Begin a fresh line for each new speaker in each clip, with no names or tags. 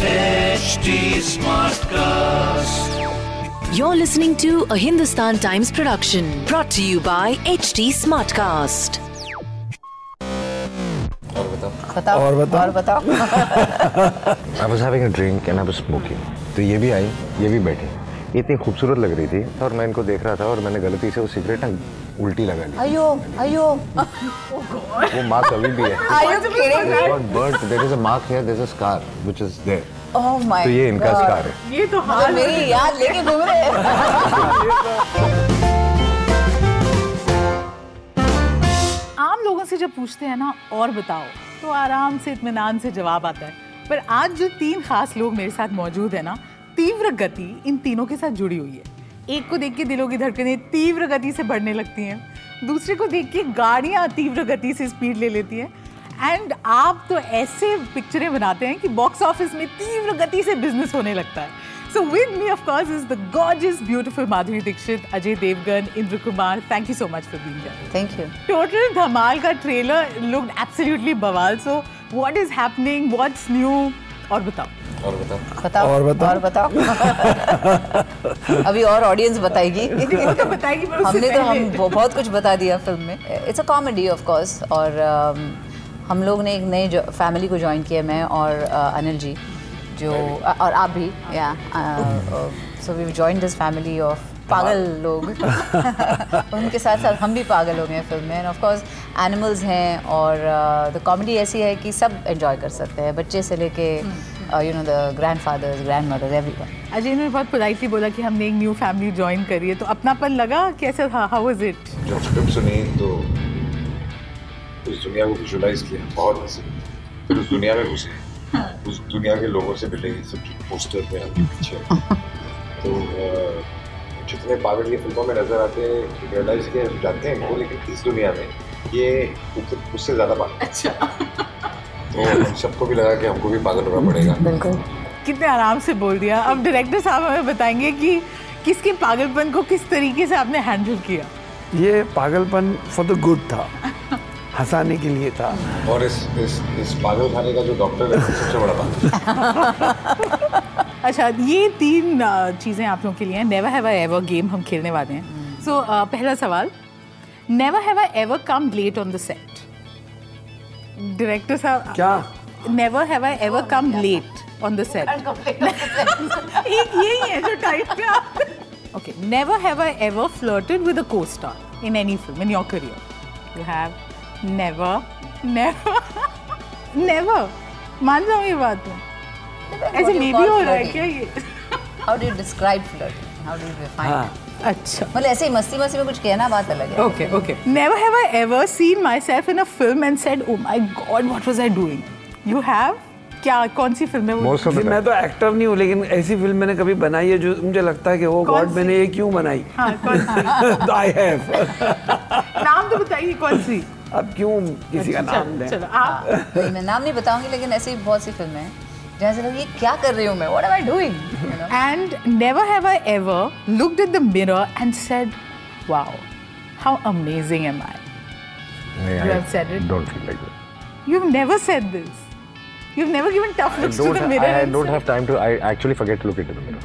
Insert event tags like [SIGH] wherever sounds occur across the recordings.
HD Smartcast.
You're listening to a Hindustan Times production brought to you by HD Smartcast.
बताओ
और बताओ। और [LAUGHS]
बताओ
I was having a drink and I was smoking तो ये भी आई ये भी बैठी ये इतनी खूबसूरत लग रही थी और मैं इनको देख रहा था और मैंने गलती से वो सिगरेट ना उल्टी लगा ली
अयो अयो
वो मार्क अभी भी है
are you kidding
but there is a mark here there is a scar which is there
oh my
तो ये इनका स्कार है
मेरी याद लेके घूम रहे हैं
आम लोगों से जब पूछते हैं ना और बताओ तो आराम से इतमान से जवाब आता है पर आज जो तीन खास लोग मेरे साथ मौजूद है ना तीव्र गति इन तीनों के साथ जुड़ी हुई है एक को देख के दिलों की धड़कनें तीव्र गति से बढ़ने लगती हैं दूसरे को देख के गाड़ियाँ तीव्र गति से स्पीड ले लेती हैं एंड आप तो ऐसे पिक्चरें बनाते हैं कि बॉक्स ऑफिस में तीव्र गति से बिजनेस होने लगता है So with me, of course, is the gorgeous, beautiful Madhuri Dixit, Ajay Devgan, Indra Kumar. Thank you so much for being here.
Thank you
Total Dhamal ka trailer looked absolutely bawal. So, what is happening? What's new? और
[LAUGHS]
बताओ
बताओ [LAUGHS]
और बताओ।
बताओ। अभी और audience बताएगी
[LAUGHS] तो बताएगी पर उससे
हमने तो हम
पहले-
बहु- बहुत कुछ बता दिया फिल्म में it's a comedy of course और um, हम लोग ने एक नई फैमिली को ज्वाइन किया मैं और uh, अनिल जी जो और आप भी uh, या so we join this family of पागल
[LAUGHS]
लोग [LAUGHS] उनके साथ साथ हम भी पागल हो गए हैं फिल्म में एंड ऑफ कोर्स एनिमल्स हैं और द कॉमेडी ऐसी है कि सब एंजॉय कर सकते हैं बच्चे से लेके
Hmm.
uh, you know the grandfathers grandmothers everyone
Ajay ने बहुत पोलाइटली बोला कि हमने एक न्यू फैमिली ज्वाइन करी है तो अपनापन लगा कैसे था हाउ वाज इट
जब फिल्म सुनी तो उस दुनिया को विजुलाइज किया बहुत हंसे फिर उस दुनिया में घुसे उस दुनिया के लोगों से मिले सब जो पोस्टर में आगे पीछे तो
euh,
अह, जितने पागल ये फिल्मों में नजर आते हैं रियलाइज किया जाते हैं इनको लेकिन इस दुनिया में ये ऊपर- उससे ज़्यादा पागल अच्छा तो हम सबको भी लगा कि हमको भी पागल होना पड़ेगा
बिल्कुल
कितने आराम से बोल दिया अब डायरेक्टर साहब हमें बताएंगे कि किसके पागलपन को किस तरीके से आपने हैंडल किया
ये पागलपन फॉर द गुड था हंसाने के लिए था
और इस इस इस पागल खाने का जो डॉक्टर है सबसे बड़ा पागल
अच्छा ये तीन अ, चीज़ें आप लोगों के लिए हैं never have I ever game हम खेलने वाले हैं सो पहला सवाल never have I ever come late on the set director साहब
क्या
never have I ever come late on the set [LAUGHS] एक यही है जो टाइप पे okay never have I ever flirted with a costar in any film in your career you have never [LAUGHS] never never मान जाओ ये बात तुम ऐसे मे भी हो रहा है क्या ये
how do describe flirting how do you define
हाँ
अच्छा
मतलब ऐसे ही मस्ती मस्ती में कुछ कहना बात अलग
[LAUGHS]
है
Okay, okay. Never have I ever seen myself in a film and said, "Oh my God, what was I doing?" You have? क्या कौन सी फिल्म है वो?
मोस्ट ऑफ
जी, मैं तो एक्टर नहीं हूँ लेकिन ऐसी फिल्म मैंने कभी बनाई है जो मुझे लगता है कि वो
कौन
गॉड
सी?
मैंने ये क्यों बनाई
[LAUGHS] हाँ, कौन
[LAUGHS]
सी?
[LAUGHS] आई हैव
नाम तो बताइए कौन सी?
अब क्यों किसी का नाम
चलो,
लें
चलो आप
नहीं, मैं नाम नहीं बताऊंगी लेकिन ऐसी बहुत सी फिल्में हैं जहाँ से लोग ये क्या कर रही हूँ मैं what am I doing
And never have I ever looked at the mirror and said, "Wow, how amazing am I?" You have said it.
Don't feel like
You've never said this. You've never given tough looks to the
don't
mirror.
I
and
don't
said-
have time to I actually forget to look into the mirror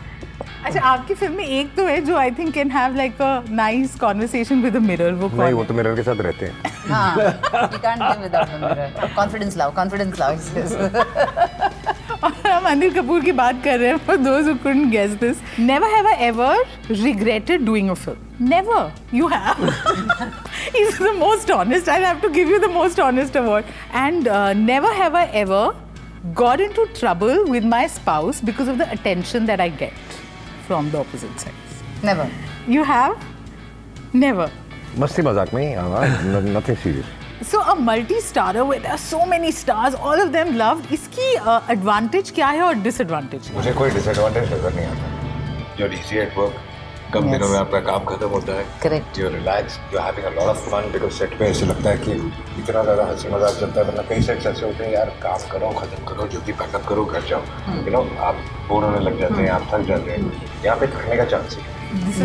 अच्छा आपकी film में एक तो है जो I think can have like a nice conversation with a mirror वो कौन
नहीं
है?
वो तो मिरर के साथ रहते हैं
हाँ you can't live without the mirror confidence लाओ कॉन्फिडेंस लाओ [LAUGHS]
और हम अनिल कपूर की बात कर रहे हैं for those who couldn't guess this never have I ever regretted doing a film never you [LAUGHS] have is the most honest I have to give you the most honest award and never have I ever got into trouble with my spouse because of the attention that I get from the opposite side
never
you have never
हाँ, मस्ती मजाक में ही nothing serious
so a multi starrer with so many stars all of them loved इसकी advantage क्या है और disadvantage
मुझे कोई डिसएडवांटेज नजर नहीं आता you are easy at work कम
Yes.
दिनों में आपका काम खत्म होता है
Correct.
You relax you having a lot of fun because set पे ऐसे लगता है कि इतना ज़्यादा हंसी मजाक चलता है वरना कई सेट्स ऐसे होते हैं यार काम करो खत्म करो जल्दी पैकअप करो घर
Hmm.
जाओ यू नो आप बोर होने लग जाते हैं आप थक जाते हैं यहाँ पे थकने का चांस है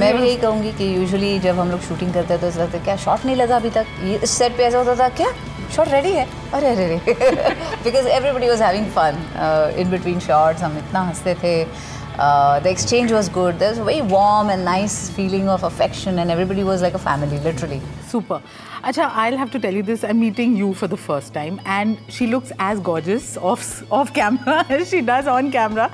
मैं भी यही कहूंगी कि यूजुअली जब हम लोग शूटिंग करते हैं तो ऐसा लगता है क्या शॉट नहीं लगा अभी तक ये इस सेट पे ऐसा होता था क्या शॉट रेडी है अरे अरे [LAUGHS] रे because everybody was having fun in between shots हम इतना हंसते थे Uh, the exchange was good there very warm and nice feeling of affection and everybody was like a family literally
Super. Acha, I'll have to tell you this. I'm meeting you for the first time, and she looks as gorgeous off off camera [LAUGHS] as she does on camera.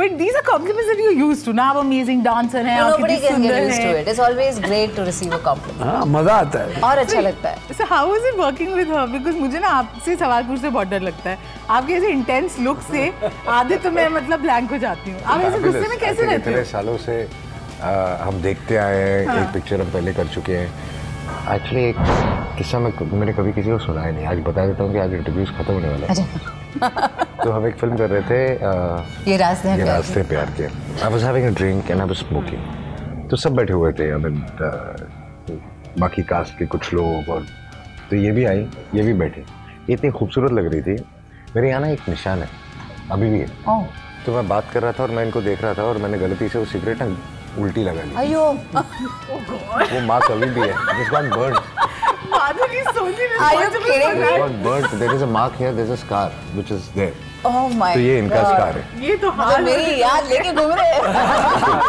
But these are compliments that you're used to. Now, amazing dancer hai, aap
nobody
kitni
can get
sundar
used
hai.
to it it's always great to receive a compliment
हाँ मजा
[LAUGHS]
आता है
और अच्छा लगता है
So how was it working with her? Because मुझे ना आपसे सवाल पूछते बहुत डर लगता है आपके ऐसे intense look से आधे तो मैं मतलब blank हो जाती हूँ आप ऐसे गुस्से में कैसे
I think
रहते
इतने
हो हाँ।
सालों से आ, हम देखते आए हैं एक पिक्चर हम पहले कर चुके हैं एक्चुअली एक किस्सा मैं मैंने कभी किसी को सुनाया नहीं आज बता देता हूँ कि आज इंटरव्यूज खत्म होने वाला है
अच्छा।
तो हम एक फिल्म कर रहे थे आ,
अच्छा, ये रास्ते हैं
ये
प्यार
रास्ते प्यार के I was having drink and I smoking तो सब बैठे हुए थे आई मीन बाकी कास्ट के कुछ लोग और तो ये भी आई ये भी बैठे ये इतनी खूबसूरत लग रही थी मेरे यहाँ ना एक निशान है अभी भी है
के। ओह,
तो मैं बात कर रहा था और मैं इनको देख रहा था और मैंने गलती से वो सिगरेट ना उल्टी लगा ली
अयो
वो मार्क अभी भी है this got bird
Madhuri is solely
Are you
responsible for that.
kidding
this got bird there is a mark here there is a scar which is there
oh my
तो ये इनका स्कार है
ये तो हाल
oh मतलब मेरी याद लेके घूम रहे हैं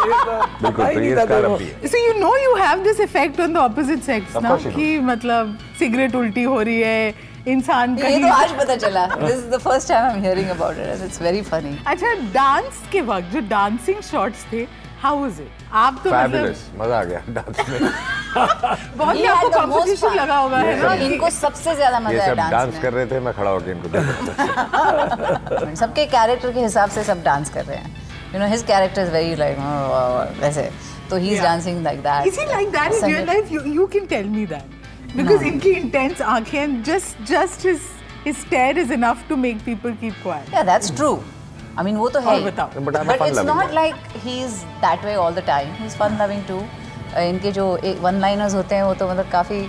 बिल्कुल तो ये स्कार अभी है
So you know you have this effect on the opposite sex
Of
ना
course you do.
कि मतलब सिगरेट उल्टी हो रही है इंसान
ये तो आज
कहीं
पता चला this is the first time I am hearing about it it's very funny
अच्छा डांस के वक्त जो डांसिंग शॉट्स थे हाउ वाज इट आप तो
फैबुलस मजा आ गया [LAUGHS] डांस में
मतलब बहुत ही आपको कंपटीशन लगा होगा है ना
इनको सबसे ज्यादा
ये
मजा है
सब
डांस
डांस कर रहे थे मैं खड़ा होकर इनको देख रहा था
में सबके कैरेक्टर के हिसाब से सब डांस कर रहे हैं you know his character is very like oh, वैसे तो ही is dancing like that
Is he like that in real life? You, you can tell me that. Because इनकी intense आंखें and just just his his stare is enough to make people keep quiet.
Yeah, that's true. I mean, वो तो है
और
ही।
बताओ।
But I'm a
But it's
fun-loving
not
guy.
like he's that way all the time. He's fun loving too. Uh, इनके जो one liners होते हैं वो तो मतलब काफी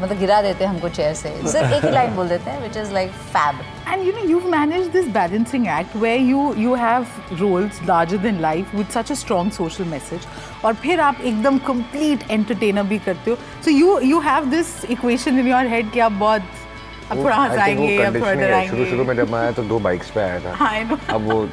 मतलब गिरा देते हैं हमको चेयर से सिर्फ एक ही लाइन बोल देते हैं which is like fab
And you know you've managed this balancing act where you you have roles larger than life with such a strong social message और फिर आप एकदम complete entertainer भी करते हो. So you you have this equation in your head कि आप बहुत आप थोड़ा हंसाएंगे आप थोड़ा
शुरू
डराएंगे.
शुरू में जब मैं आया तो दो बाइक्स पे आया
हाँ,
था
I know.
अब वो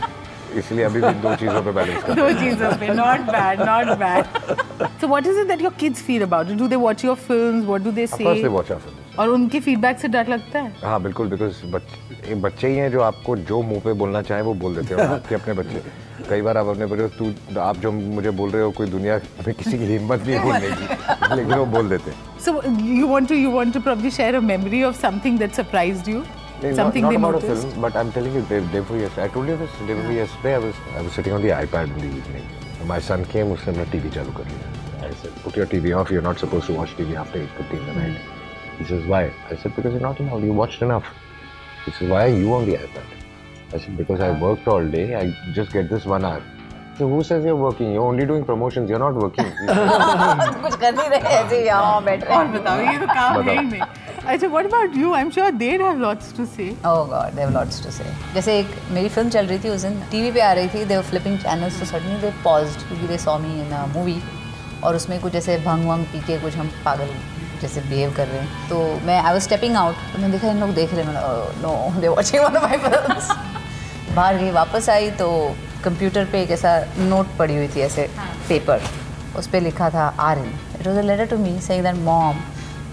इसलिए अभी भी दो चीजों पे बैलेंस
[LAUGHS]
कर
[LAUGHS] दो चीजों पे not bad not bad so what is it that your kids feel about do they watch your films what do they
of course
say
watch out
और उनके फीडबैक से डर लगता है
हाँ बिल्कुल बिकॉज बच्चे बच्चे ही हैं जो आपको जो मुंह पे बोलना चाहे वो बोल देते हैं और आपके अपने बच्चे कई बार आप अपने बच्चे तू आप जो मुझे बोल रहे हो कोई दुनिया में किसी की हिम्मत नहीं है बोलने की लेकिन वो बोल देते हैं
so you want to you want to probably share a memory of something that surprised you something
not
they
about a
noticed
film, but I'm telling you, day, day before yesterday, I told you this day before yesterday. I was I was sitting on the iPad in the evening. My son came, उसने अपना TV चालू कर लिया. I said, put your TV off. You're not supposed to watch TV after 8:15 the night. He says, why? I said, because you're not allowed. You watched enough. He says, why are you on the iPad? I said, because I worked all day. I just get this one hour. So who says you're working? You're only doing promotions. You're
[LAUGHS]
not working. He said,
[LAUGHS] कुछ कर नहीं रहे ऐसे ही यहाँ बैठ रहे
और बताओ ये तो काम
बताओ।
है ही नहीं अच्छा what about you I am sure they have lots to say
oh god Dev lots to say जैसे एक मेरी फिल्म चल रही थी उस दिन टीवी पे आ रही थी देव फ्लिपिंग चैनल्स तो सडनली दे पॉज्ड क्योंकि they saw me in movie और उसमें कुछ ऐसे भंग वंग पी के कुछ हम पागल जैसे बिहेव कर रहे हैं तो मैं आई वॉज स्टेपिंग आउट तो मैंने देखा इन लोग देख रहे हैं मैंने "Oh, no they watching one my films [LAUGHS] बाहर गई वापस आई तो कंप्यूटर पे एक ऐसा नोट पड़ी हुई थी ऐसे पेपर उस पर लिखा था R N it was a letter to me saying that mom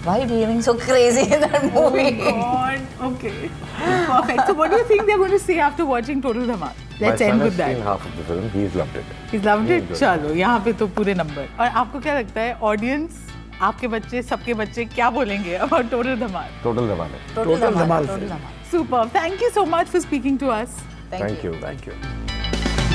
why behaving so crazy in that
Oh
movie
god okay perfect so what do you think they are going to say after watching total Dhamaal
My
let's
son
and
has
with
seen
that
half of the film. He's loved it.
Is loved
He
it
enjoyed
चलो यहाँ पे तो पूरे number और आपको क्या लगता है ऑडियंस आपके बच्चे सबके बच्चे क्या बोलेंगे about total Dhamaal
it. Total Ravana.
Total Dhamaal
total [LAUGHS]
film.
Dhamaal.
Super. Thank you so much for speaking to us.
Thank you.
Thank you. Thank you.